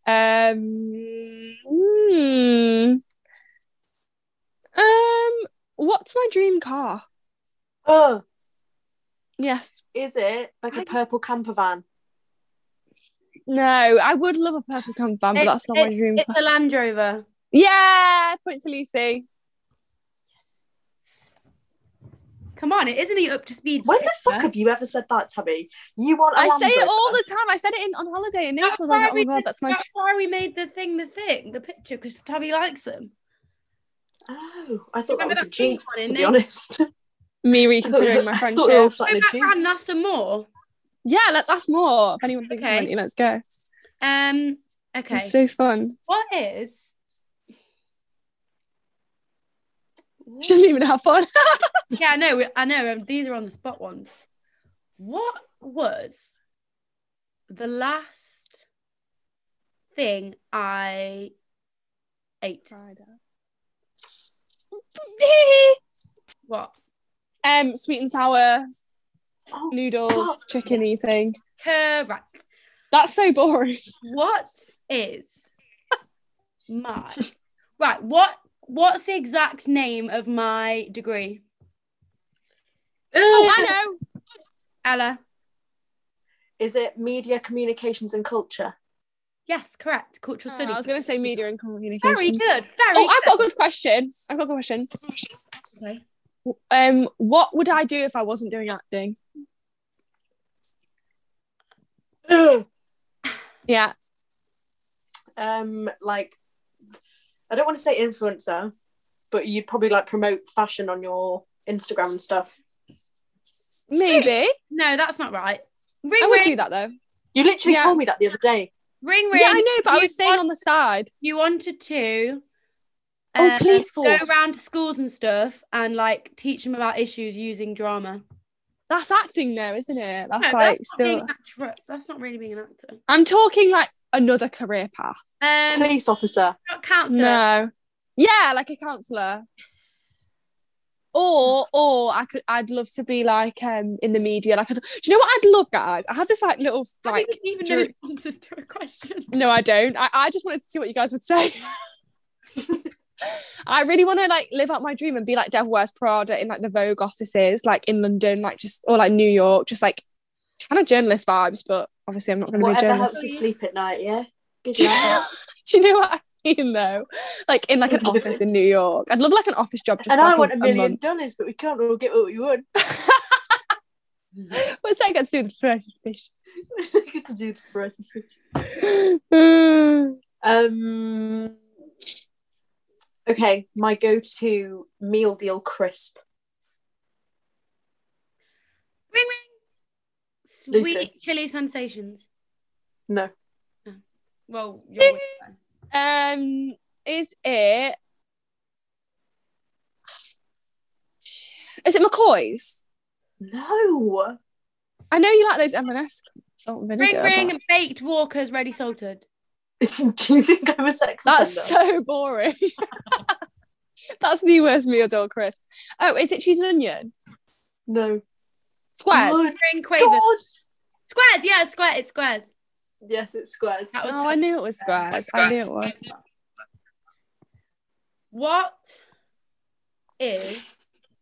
[SPEAKER 2] Um, hmm. um, what's my dream car?
[SPEAKER 1] oh,
[SPEAKER 2] Yes.
[SPEAKER 1] is it like a purple camper van?
[SPEAKER 2] No, I would love a purple camper van, but
[SPEAKER 3] It-
[SPEAKER 2] that's not my dream
[SPEAKER 3] It's
[SPEAKER 2] car.
[SPEAKER 3] the Land Rover.
[SPEAKER 2] Yeah, point to Lucy.
[SPEAKER 3] Come on, it isn't he up to speed?
[SPEAKER 1] When the fuck
[SPEAKER 3] Spencer?
[SPEAKER 1] have you ever said that, Tabby? You want? I
[SPEAKER 2] I say it all the time. I said it in on holiday in Naples. I was like, oh my god, that's my.
[SPEAKER 3] that's why we made the thing the thing, the picture, because Tabby likes them.
[SPEAKER 1] Oh, I thought that
[SPEAKER 3] Remember
[SPEAKER 1] was a
[SPEAKER 3] that pink
[SPEAKER 1] Jeep.
[SPEAKER 3] one in
[SPEAKER 1] To be
[SPEAKER 3] Naples?
[SPEAKER 1] honest,
[SPEAKER 2] Me reconsidering
[SPEAKER 1] I
[SPEAKER 2] my
[SPEAKER 1] thought we were all
[SPEAKER 2] friendship.
[SPEAKER 1] sat in
[SPEAKER 3] Go
[SPEAKER 1] a
[SPEAKER 3] back
[SPEAKER 1] Jeep.
[SPEAKER 3] round and ask some more.
[SPEAKER 2] Yeah, let's ask more. If anyone thinks
[SPEAKER 3] Okay.
[SPEAKER 2] of any, let's go.
[SPEAKER 3] Um. Okay.
[SPEAKER 2] It's so fun.
[SPEAKER 3] what is?
[SPEAKER 2] She doesn't even have fun.
[SPEAKER 3] yeah, I know. I know. Um, these are on the spot ones. What was the last thing I ate? What
[SPEAKER 2] um, sweet and sour
[SPEAKER 1] Oh,
[SPEAKER 2] noodles, chickeny thing.
[SPEAKER 3] correct?
[SPEAKER 2] That's so boring.
[SPEAKER 3] What is my right? What What's the exact name of my degree,
[SPEAKER 2] Oh, I know.
[SPEAKER 3] Ella?
[SPEAKER 1] Is it media, communications, and culture?
[SPEAKER 3] Yes, correct. Cultural
[SPEAKER 2] Oh, I
[SPEAKER 3] studies.
[SPEAKER 2] was going to say media and communication.
[SPEAKER 3] Very good. Very.
[SPEAKER 2] Oh, I've got a good question. I've got a good question.
[SPEAKER 3] good. Okay.
[SPEAKER 2] Um, what would I do if I wasn't doing acting?
[SPEAKER 1] Ugh.
[SPEAKER 2] Yeah.
[SPEAKER 1] Um, like, I don't want to say influencer, but you'd probably like promote fashion on your Instagram and stuff.
[SPEAKER 2] Maybe.
[SPEAKER 3] No, that's not right. Ring
[SPEAKER 2] I
[SPEAKER 3] ring.
[SPEAKER 2] would do that though.
[SPEAKER 1] You literally
[SPEAKER 2] Yeah.
[SPEAKER 1] told me that the other day.
[SPEAKER 3] Ring ring.
[SPEAKER 2] Yeah, I know, but I
[SPEAKER 3] You
[SPEAKER 2] was saying
[SPEAKER 3] want-
[SPEAKER 2] on the side.
[SPEAKER 3] you wanted to
[SPEAKER 1] Oh,
[SPEAKER 3] uh,
[SPEAKER 1] police
[SPEAKER 3] go
[SPEAKER 1] force.
[SPEAKER 3] around to schools and stuff and like teach them about issues using drama.
[SPEAKER 2] That's acting though, isn't it?
[SPEAKER 3] No,
[SPEAKER 2] That's
[SPEAKER 3] but
[SPEAKER 2] like
[SPEAKER 3] that's not
[SPEAKER 2] still.
[SPEAKER 3] being an actor- that's not really being an actor.
[SPEAKER 2] I'm talking like another career path.
[SPEAKER 3] Um,
[SPEAKER 1] Police officer.
[SPEAKER 3] not counselor.
[SPEAKER 2] No. Yeah, like a counselor. Or or I could I'd love to be like um in the media. Like, I'd, do you know what I'd love, guys? I have this like little
[SPEAKER 3] How
[SPEAKER 2] like.
[SPEAKER 3] do you even know
[SPEAKER 2] during-
[SPEAKER 3] the answers to a question?
[SPEAKER 2] No, I don't. I, I just wanted to see what you guys would say. I really want to like live out my dream and be like Devil Wears Prada in like the Vogue offices, like in London, like just or like New York, just like kind of journalist vibes. But obviously, I'm not going to be a
[SPEAKER 1] Whatever
[SPEAKER 2] journalist.
[SPEAKER 1] helps you sleep at night, yeah? Good
[SPEAKER 2] Do you,
[SPEAKER 1] night.
[SPEAKER 2] do you know what I mean though? Like in like an office in New York. I'd love like an office job just
[SPEAKER 1] and
[SPEAKER 2] for, like,
[SPEAKER 1] I want a million
[SPEAKER 2] month.
[SPEAKER 1] dollars, but we can't all get what we want.
[SPEAKER 2] What's that got to do with the price of fish?
[SPEAKER 1] Good to do for us. Um, okay, my go to meal deal crisp.
[SPEAKER 3] Ring ring. Sweet
[SPEAKER 1] Lucy.
[SPEAKER 3] chili sensations.
[SPEAKER 1] No.
[SPEAKER 3] Well, you're with her.
[SPEAKER 2] um is it Is it McCoy's?
[SPEAKER 1] No.
[SPEAKER 2] I know you like those M&S salt and
[SPEAKER 3] ring
[SPEAKER 2] vinegar.
[SPEAKER 3] ring
[SPEAKER 2] but-
[SPEAKER 3] baked walkers ready salted.
[SPEAKER 1] do you think I'm a sex
[SPEAKER 2] That's
[SPEAKER 1] offender?
[SPEAKER 2] so boring. That's the worst meal deal, Chris. Oh, is it cheese and onion?
[SPEAKER 1] No.
[SPEAKER 2] Squares.
[SPEAKER 1] Good
[SPEAKER 3] Ring quavers.
[SPEAKER 1] God.
[SPEAKER 3] Squares, yeah, square, it's squares.
[SPEAKER 1] Yes, it's squares.
[SPEAKER 3] That was
[SPEAKER 2] oh, I knew it was squares. I knew it was.
[SPEAKER 3] What is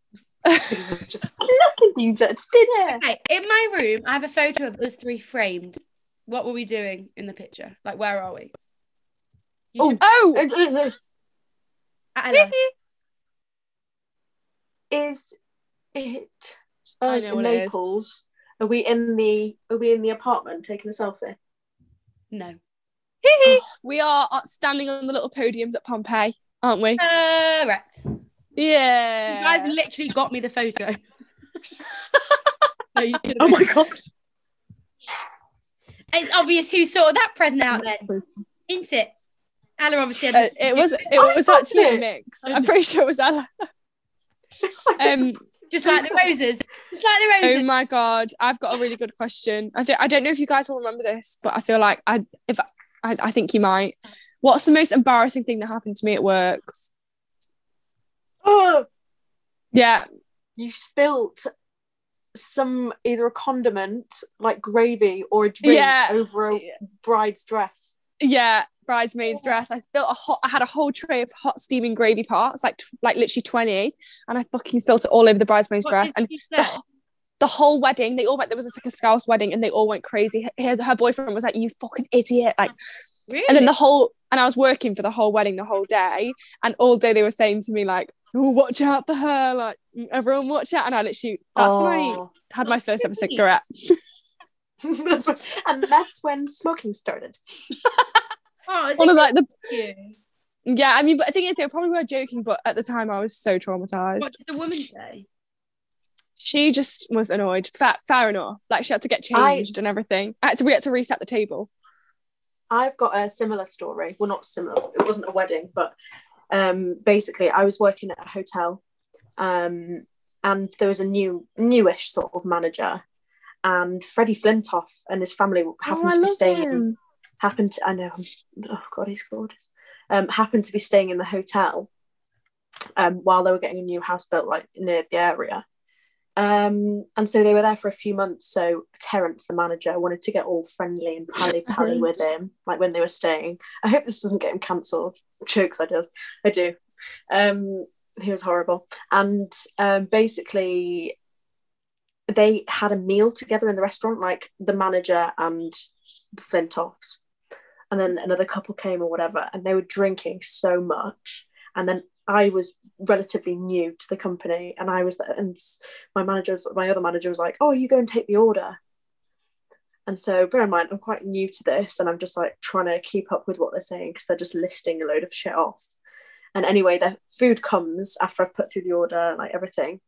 [SPEAKER 2] Oh,
[SPEAKER 1] Just look at you, dead thin air.
[SPEAKER 3] okay? In my room, I have a photo of us three framed. What were we doing in the picture? Like, where are we? You should-
[SPEAKER 2] Oh,
[SPEAKER 3] Anna,
[SPEAKER 1] is it
[SPEAKER 2] I
[SPEAKER 1] us
[SPEAKER 2] know
[SPEAKER 1] in
[SPEAKER 2] what it is.
[SPEAKER 1] Naples? Are we in the Are we in the apartment taking a selfie?
[SPEAKER 3] no.
[SPEAKER 2] we are uh, standing on the little podiums at Pompeii, aren't we?
[SPEAKER 3] Correct.
[SPEAKER 2] Yeah.
[SPEAKER 3] You guys literally got me the photo. No, you didn't.
[SPEAKER 2] Oh
[SPEAKER 1] god!
[SPEAKER 3] It's obvious who sorted that present out then, isn't it? Ella obviously
[SPEAKER 2] Uh,
[SPEAKER 3] had
[SPEAKER 2] it was it
[SPEAKER 1] I
[SPEAKER 2] was
[SPEAKER 1] got
[SPEAKER 2] actually a
[SPEAKER 1] it.
[SPEAKER 2] mix. I'm pretty sure it was Ella. Um,
[SPEAKER 3] just like the roses. Just like the
[SPEAKER 2] oh
[SPEAKER 3] roses.
[SPEAKER 2] my god, I've got a really good question. I don't I don't know if you guys will remember this, but I feel like I if I, I, I think you might. What's the most embarrassing thing that happened to me at work?
[SPEAKER 1] Oh,
[SPEAKER 2] Yeah,
[SPEAKER 1] you spilt some either a condiment like gravy or a drink
[SPEAKER 2] Yeah.
[SPEAKER 1] over a bride's dress.
[SPEAKER 2] yeah, bridesmaid's dress. I spilled a hot. I had a whole tray of hot steaming gravy parts, like tw- like literally twenty, and I fucking spilt it all over the bridesmaid's
[SPEAKER 3] What
[SPEAKER 2] dress.
[SPEAKER 3] did
[SPEAKER 2] And
[SPEAKER 3] you
[SPEAKER 2] the,
[SPEAKER 3] say?
[SPEAKER 2] wh- the whole wedding, they all went. There was like a scouse wedding, and they all went crazy. Her, her boyfriend was like, "You fucking idiot!" Like,
[SPEAKER 3] Really?
[SPEAKER 2] and then the whole, and I was working for the whole wedding, the whole day, and all day they were saying to me like, "Oh, watch out for her!" Like, "Mm, everyone, watch out. And I literally, that's when I
[SPEAKER 1] Oh.
[SPEAKER 2] had my first ever
[SPEAKER 3] Really?
[SPEAKER 2] cigarette.
[SPEAKER 1] That's when- and that's when smoking started.
[SPEAKER 3] oh, is
[SPEAKER 2] One
[SPEAKER 3] it
[SPEAKER 2] of like the,
[SPEAKER 3] you?
[SPEAKER 2] yeah. I mean, but the thing is, they probably were joking, but at the time, I was so traumatized.
[SPEAKER 3] What did the woman say?
[SPEAKER 2] she just was annoyed. Fair, fair enough. Like she had to get
[SPEAKER 1] I-
[SPEAKER 2] changed and everything. I had to, we had to reset the table.
[SPEAKER 1] I've got a similar story. Well, not similar. It wasn't a wedding, but um, basically, I was working at a hotel, um, and there was a new, newish sort of manager, and Freddie Flintoff and his family happened to be staying. In, happened to I know oh god he's gorgeous um happened to be staying in the hotel um while they were getting a new house built like near the area um and so they were there for a few months so Terence the manager wanted to get all friendly and pally pally
[SPEAKER 2] Mhm.
[SPEAKER 1] with him like when they were staying I hope this doesn't get him cancelled jokes I do I do um he was horrible and um basically they had a meal together in the restaurant like the manager and Flintoffs. And then another couple came or whatever, and they were drinking so much. And then I was relatively new to the company, and I was there, and s- my manager, was, my other manager, was like, "Oh, you go and take the order." And so, bear in mind, I'm quite new to this, and I'm just like trying to keep up with what they're saying because they're just listing a load of shit off. And anyway, the food comes after I've put through the order, like everything.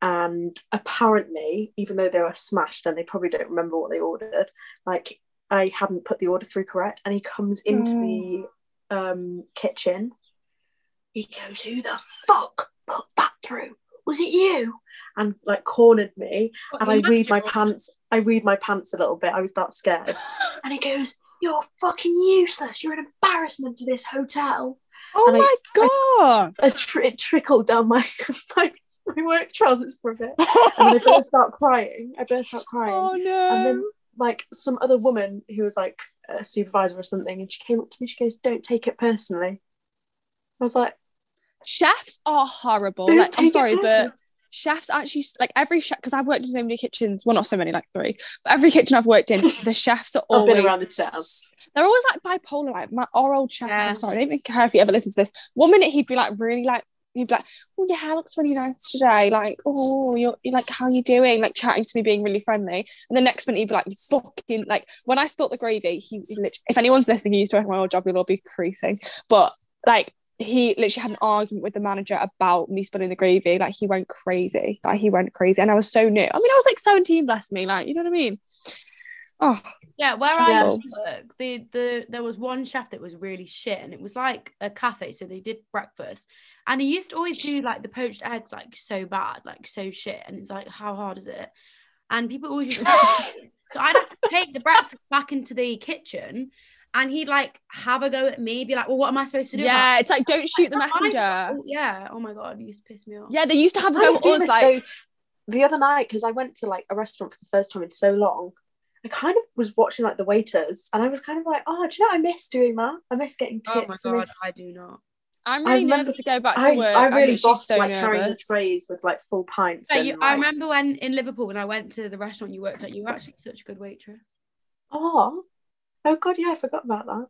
[SPEAKER 1] And apparently, even though they were smashed and they probably don't remember what they ordered, like I hadn't put the order through correct. And he comes into
[SPEAKER 2] Mm.
[SPEAKER 1] the um, kitchen. He goes, Who the fuck put that through? Was it you? And like cornered me
[SPEAKER 3] What,
[SPEAKER 1] and
[SPEAKER 3] the
[SPEAKER 1] I weed my
[SPEAKER 3] manager or-
[SPEAKER 1] pants. I weed my pants a little bit. I was that scared. And he goes, "You're fucking useless. You're an embarrassment to this hotel."
[SPEAKER 2] Oh
[SPEAKER 1] And I-
[SPEAKER 2] my god!
[SPEAKER 1] A tr- it trickled down my, my my work trousers for a bit, and then I burst out crying. I burst out crying.
[SPEAKER 2] oh
[SPEAKER 1] And then
[SPEAKER 2] no!
[SPEAKER 1] like some other woman who was like a supervisor or something, and she came up to me. She goes, "Don't take it personally." I was like,
[SPEAKER 2] Chefs are horrible.
[SPEAKER 1] "Don't
[SPEAKER 2] Like,
[SPEAKER 1] take
[SPEAKER 2] I'm sorry,
[SPEAKER 1] it personally."
[SPEAKER 2] but chefs actually like every chef because I've worked in so many kitchens. Well, not so many, like three. But every kitchen I've worked in, the chefs are
[SPEAKER 1] I've
[SPEAKER 2] always
[SPEAKER 1] been around the chefs.
[SPEAKER 2] They're always like bipolar. Like my our old chef.
[SPEAKER 3] Yeah.
[SPEAKER 2] I'm sorry, I don't even care if you ever listen to this. One minute he'd be like really like he'd be like, "Oh, your hair looks really nice today." Like, "Oh, you're, you're like, how you doing?" Like chatting to me, being really friendly. And the next minute he'd be like, "You fucking like." When I spilt the gravy, he, he literally, if anyone's listening, he used to work at my old job. You'll all be creasing, but like he literally had an argument with the manager about me spilling the gravy. Like he went crazy. Like he went crazy. And I was so new. I mean, I was like 17, bless me. Like, you know what I mean? Oh,
[SPEAKER 3] Yeah, where I
[SPEAKER 2] Yeah.
[SPEAKER 3] work, the the there was one chef that was really shit, and it was like a cafe, so they did breakfast, and he used to always do like the poached eggs, like so bad, like so shit, and it's like how hard is it? And people always used to- so I'd have to take the breakfast back into the kitchen, and he'd like have a go at me, be like, well, what am I supposed to do? about
[SPEAKER 2] yeah. It's like, don't shoot the
[SPEAKER 3] Like, I-
[SPEAKER 2] messenger.
[SPEAKER 3] Oh, yeah. Oh my god, you used to piss me off.
[SPEAKER 2] Yeah, they used to have a
[SPEAKER 1] I
[SPEAKER 2] go at
[SPEAKER 1] do
[SPEAKER 2] us
[SPEAKER 1] this,
[SPEAKER 2] like,
[SPEAKER 1] though, the other night because I went to like a restaurant for the first time in so long. I kind of was watching like the waiters, and I was kind of like, "Oh, do you know I miss doing that? I miss getting tips."
[SPEAKER 3] Oh my
[SPEAKER 1] I
[SPEAKER 3] god,
[SPEAKER 1] miss-
[SPEAKER 3] I do not.
[SPEAKER 2] I'm
[SPEAKER 1] I
[SPEAKER 2] really
[SPEAKER 1] remember-
[SPEAKER 2] nervous to go back to
[SPEAKER 1] I,
[SPEAKER 2] work.
[SPEAKER 1] I
[SPEAKER 2] I'm
[SPEAKER 1] really
[SPEAKER 2] literally
[SPEAKER 1] bossed
[SPEAKER 2] so
[SPEAKER 1] like carrying the
[SPEAKER 2] nervous.
[SPEAKER 1] trays with like full pints.
[SPEAKER 3] Yeah,
[SPEAKER 1] and,
[SPEAKER 3] you, I
[SPEAKER 1] like,
[SPEAKER 3] remember when in Liverpool when I went to the restaurant you worked at, you were actually such a good waitress.
[SPEAKER 1] Oh, oh god, yeah, I forgot about that.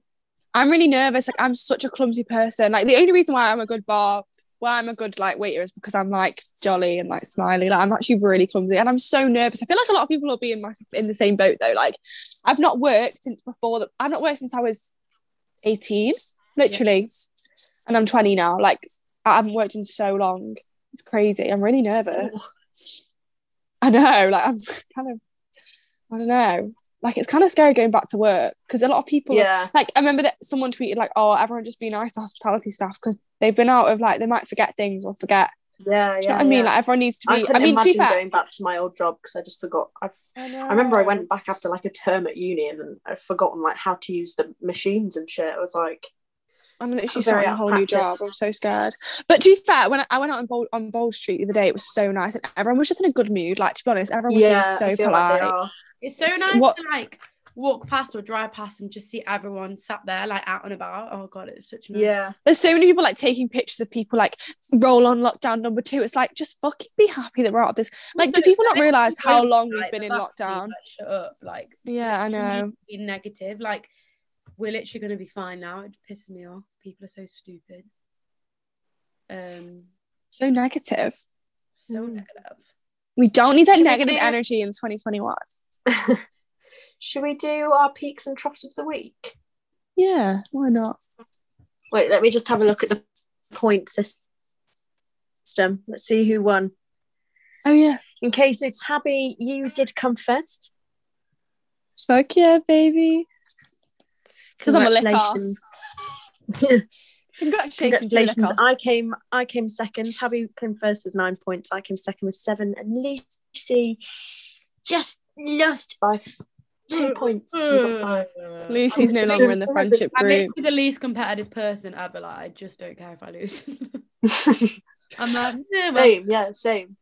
[SPEAKER 2] I'm really nervous. Like I'm such a clumsy person. Like the only reason why I'm a good bar, why I'm a good like waiter is because I'm like jolly and like smiley. Like I'm actually really clumsy and I'm so nervous. I feel like a lot of people will be in my in the same boat though. Like I've not worked since before that. I've not worked since I was 18, literally, and I'm 20 now. Like I haven't worked in so long. It's crazy. I'm really nervous. I know. Like I'm kind of, I don't know. Like it's kind of scary going back to work because a lot of people
[SPEAKER 1] Yeah.
[SPEAKER 2] like I remember that someone tweeted like, "Oh, everyone just be nice to hospitality staff because they've been out of like they might forget things or forget."
[SPEAKER 1] Yeah, yeah.
[SPEAKER 2] Do you know what I mean? Like everyone needs to
[SPEAKER 1] I
[SPEAKER 2] be. I,
[SPEAKER 1] couldn't
[SPEAKER 2] mean, to be
[SPEAKER 1] imagine
[SPEAKER 2] fair,
[SPEAKER 1] going back to my old job because I just forgot. I've, I remember I went back after like a term at uni and then I've forgotten like how to use the machines and shit. I was like,
[SPEAKER 2] I'm
[SPEAKER 1] I'm very
[SPEAKER 2] literally starting
[SPEAKER 1] out
[SPEAKER 2] a
[SPEAKER 1] of
[SPEAKER 2] whole new job.
[SPEAKER 1] practice.
[SPEAKER 2] I'm so scared. But to be fair, when I, I went out on Bold, on Bold Street the other day, it was so nice, and everyone was just in a good mood. Like to be honest, everyone was
[SPEAKER 1] yeah,
[SPEAKER 2] being so
[SPEAKER 1] I feel like
[SPEAKER 2] polite.
[SPEAKER 1] they are.
[SPEAKER 3] It's so
[SPEAKER 2] S-
[SPEAKER 3] nice
[SPEAKER 2] what-
[SPEAKER 3] to like walk past or drive past and just see everyone sat there like out and about. Oh god, it's such a nice.
[SPEAKER 1] Yeah,
[SPEAKER 2] There's so many people like taking pictures of people like roll on lockdown number two. It's like just fucking be happy that we're out of this. Like, do
[SPEAKER 3] But
[SPEAKER 2] people not
[SPEAKER 3] it's
[SPEAKER 2] realise
[SPEAKER 3] just
[SPEAKER 2] how
[SPEAKER 3] really
[SPEAKER 2] long we've
[SPEAKER 3] like
[SPEAKER 2] been
[SPEAKER 3] the
[SPEAKER 2] in
[SPEAKER 3] vaccine,
[SPEAKER 2] lockdown?
[SPEAKER 3] like, shut up, like
[SPEAKER 2] Yeah, I
[SPEAKER 3] you need
[SPEAKER 2] know.
[SPEAKER 3] to Be negative, like we're literally going to be fine now. It pisses me off. People are so stupid. Um,
[SPEAKER 2] So negative.
[SPEAKER 3] so
[SPEAKER 2] Hmm.
[SPEAKER 1] Mm.
[SPEAKER 3] negative.
[SPEAKER 2] We don't need that
[SPEAKER 1] Should we
[SPEAKER 2] negative
[SPEAKER 1] do-
[SPEAKER 2] energy in 2021.
[SPEAKER 1] Should we do our peaks and troughs of the week?
[SPEAKER 2] Yeah, why not?
[SPEAKER 1] Wait, let me just have a look at the point system. Let's see who won.
[SPEAKER 2] Oh yeah.
[SPEAKER 1] In case it's Tabby, you did come first.
[SPEAKER 2] Fuck yeah, baby. 'Cause I'm a lick
[SPEAKER 1] Congratulations.
[SPEAKER 2] Congratulations, Julia
[SPEAKER 1] Congratulations.
[SPEAKER 2] Cost.
[SPEAKER 1] I came I came second. Tabby came first with nine points. I came second with seven. And Lucy just lost by two points. You got five.
[SPEAKER 2] Lucy's no longer in the friendship
[SPEAKER 3] I'm
[SPEAKER 2] group.
[SPEAKER 3] literally the least competitive person ever. Like, I just don't care if I lose. I'm like, "Yeah, well,
[SPEAKER 1] same, yeah, same.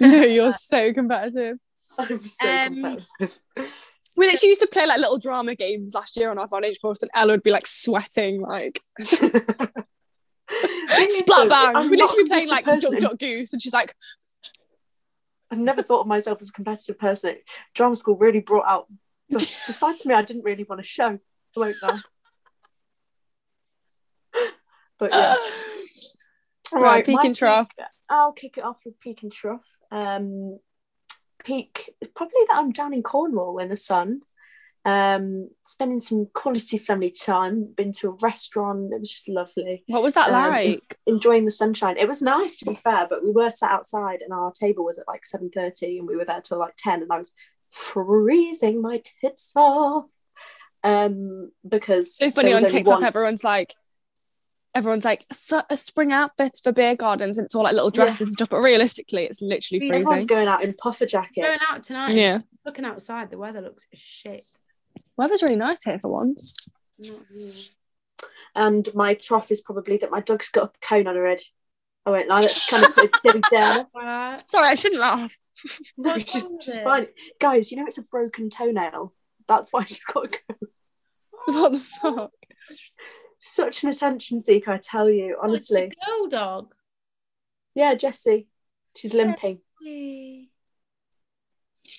[SPEAKER 2] No, you're so competitive.
[SPEAKER 1] I'm so
[SPEAKER 3] Um,
[SPEAKER 1] competitive.
[SPEAKER 2] We literally used to play like little drama games last year on our H course, and Ella would be like sweating, like splat bang.
[SPEAKER 1] I'm
[SPEAKER 2] We'd
[SPEAKER 1] not
[SPEAKER 2] literally be
[SPEAKER 1] a
[SPEAKER 2] playing like
[SPEAKER 1] competitive
[SPEAKER 2] duck
[SPEAKER 1] person.
[SPEAKER 2] duck goose, and she's like,
[SPEAKER 1] I never thought of myself as a competitive person. Drama school really brought out the, the side to me I didn't really want to show. I won't lie. But yeah. All
[SPEAKER 2] Right, peak
[SPEAKER 1] my
[SPEAKER 2] and trough.
[SPEAKER 1] I'll kick it off with peak and trough. Um, peak is probably that I'm down in Cornwall in the sun, um, spending some quality family time. Been to a restaurant. It was just lovely.
[SPEAKER 2] "What was that
[SPEAKER 1] Um,
[SPEAKER 2] like?"
[SPEAKER 1] Enjoying the sunshine. It was nice to be fair, but we were sat outside and our table was at like seven thirty, and we were there till like ten, and I was freezing my tits off. Um, because
[SPEAKER 2] So funny
[SPEAKER 1] there was
[SPEAKER 2] on
[SPEAKER 1] only
[SPEAKER 2] TikTok,
[SPEAKER 1] one-
[SPEAKER 2] everyone's like, everyone's like, "So- a spring outfits for beer gardens, and it's all like little dresses and stuff. But realistically, it's literally
[SPEAKER 3] Everyone's
[SPEAKER 1] everyone's
[SPEAKER 2] freezing.
[SPEAKER 1] going out in puffer jackets.
[SPEAKER 3] going out tonight.
[SPEAKER 2] Yeah,
[SPEAKER 3] Looking outside, the weather looks shit.
[SPEAKER 2] weather's really nice here for once.
[SPEAKER 3] Not really.
[SPEAKER 1] and my trough is probably that my dog's got a cone on her head. I won't lie, that's kind of a Debbie Downer.
[SPEAKER 3] Right.
[SPEAKER 2] Sorry, I shouldn't laugh.
[SPEAKER 1] No,
[SPEAKER 3] What's
[SPEAKER 1] she's,
[SPEAKER 3] wrong with
[SPEAKER 1] she's
[SPEAKER 3] it?
[SPEAKER 1] fine. Guys, you know it's a broken toenail. That's why she's got a cone.
[SPEAKER 2] What the fuck?
[SPEAKER 1] Such an attention seeker, I tell you,
[SPEAKER 3] It's
[SPEAKER 1] honestly.
[SPEAKER 3] a girl dog.
[SPEAKER 1] Yeah, Jessie, she's limping.
[SPEAKER 3] Yay.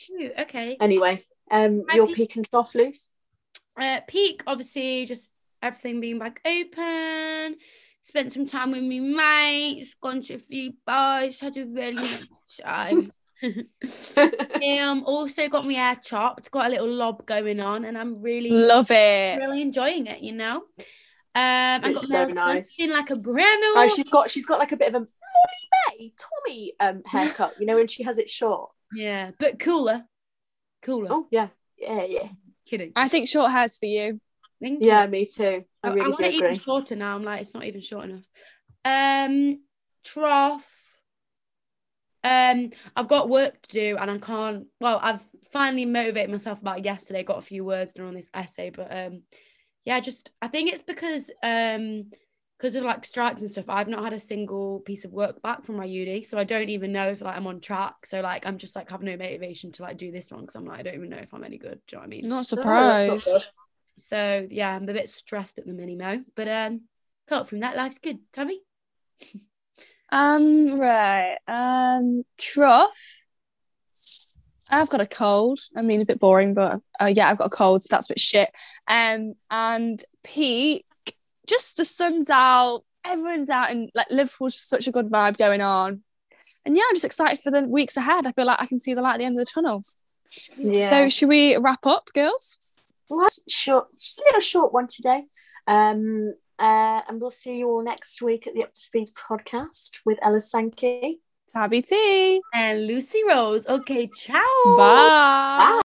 [SPEAKER 3] Cute, Okay.
[SPEAKER 1] Anyway, um,
[SPEAKER 3] My
[SPEAKER 1] your
[SPEAKER 3] peak-
[SPEAKER 1] peak and trough, Luce.
[SPEAKER 3] uh, peak, obviously, just everything being back open. Spent some time with me mates, gone to a few bars, had a really nice time.
[SPEAKER 1] Uh,
[SPEAKER 3] um, also got my hair chopped, got a little lob going on, and I'm really,
[SPEAKER 2] Love it.
[SPEAKER 3] really enjoying it. You know, um, I got
[SPEAKER 1] It's
[SPEAKER 3] my
[SPEAKER 1] so
[SPEAKER 3] hair
[SPEAKER 1] nice.
[SPEAKER 3] touched in like a brand new.
[SPEAKER 1] Guys, she's got she's got like a bit of a Molly Bay Tommy um, haircut. You know when she has it short.
[SPEAKER 3] yeah, but cooler, cooler.
[SPEAKER 1] Oh yeah, yeah, yeah,
[SPEAKER 3] Kidding.
[SPEAKER 2] I think short hair's for you.
[SPEAKER 3] Thank you.
[SPEAKER 1] yeah. Me too. I
[SPEAKER 3] I
[SPEAKER 1] really
[SPEAKER 3] want
[SPEAKER 1] do
[SPEAKER 3] it even
[SPEAKER 1] agree.
[SPEAKER 3] shorter now. I'm like, it's not even short enough. Um, trough. Um, I've got work to do and I can't. Well, I've finally motivated myself about yesterday. Got a few words done on this essay, but um, yeah, just I think it's because um, because of like strikes and stuff. I've not had a single piece of work back from my uni, so I don't even know if like I'm on track. So like, I'm just like have no motivation to like do this one because I'm like, I don't even know if I'm any good. Do you know what I mean?
[SPEAKER 2] Not
[SPEAKER 1] No, that's Oh, not
[SPEAKER 2] surprised.
[SPEAKER 1] good.
[SPEAKER 3] So yeah, I'm a bit stressed at the minute, Mo. But um, apart from that, life's good. Tommy,
[SPEAKER 2] Um, right. Um, trough. I've got a cold. I mean, a bit boring, but uh, yeah, I've got a cold, so that's a bit shit. Um, and peak, just the sun's out, everyone's out, and like Liverpool's just such a good vibe going on. And yeah, I'm just excited for the weeks ahead. I feel like I can see the light at the end of the tunnel.
[SPEAKER 1] Yeah.
[SPEAKER 2] So, should we wrap up, girls?
[SPEAKER 1] Well, that's short, just a little short one today. Um, uh, and we'll see you all next week at the Up to Speed podcast with Ella Sankey.
[SPEAKER 2] Tabby T.
[SPEAKER 3] And Lucy Rose. Okay, ciao.
[SPEAKER 2] Bye.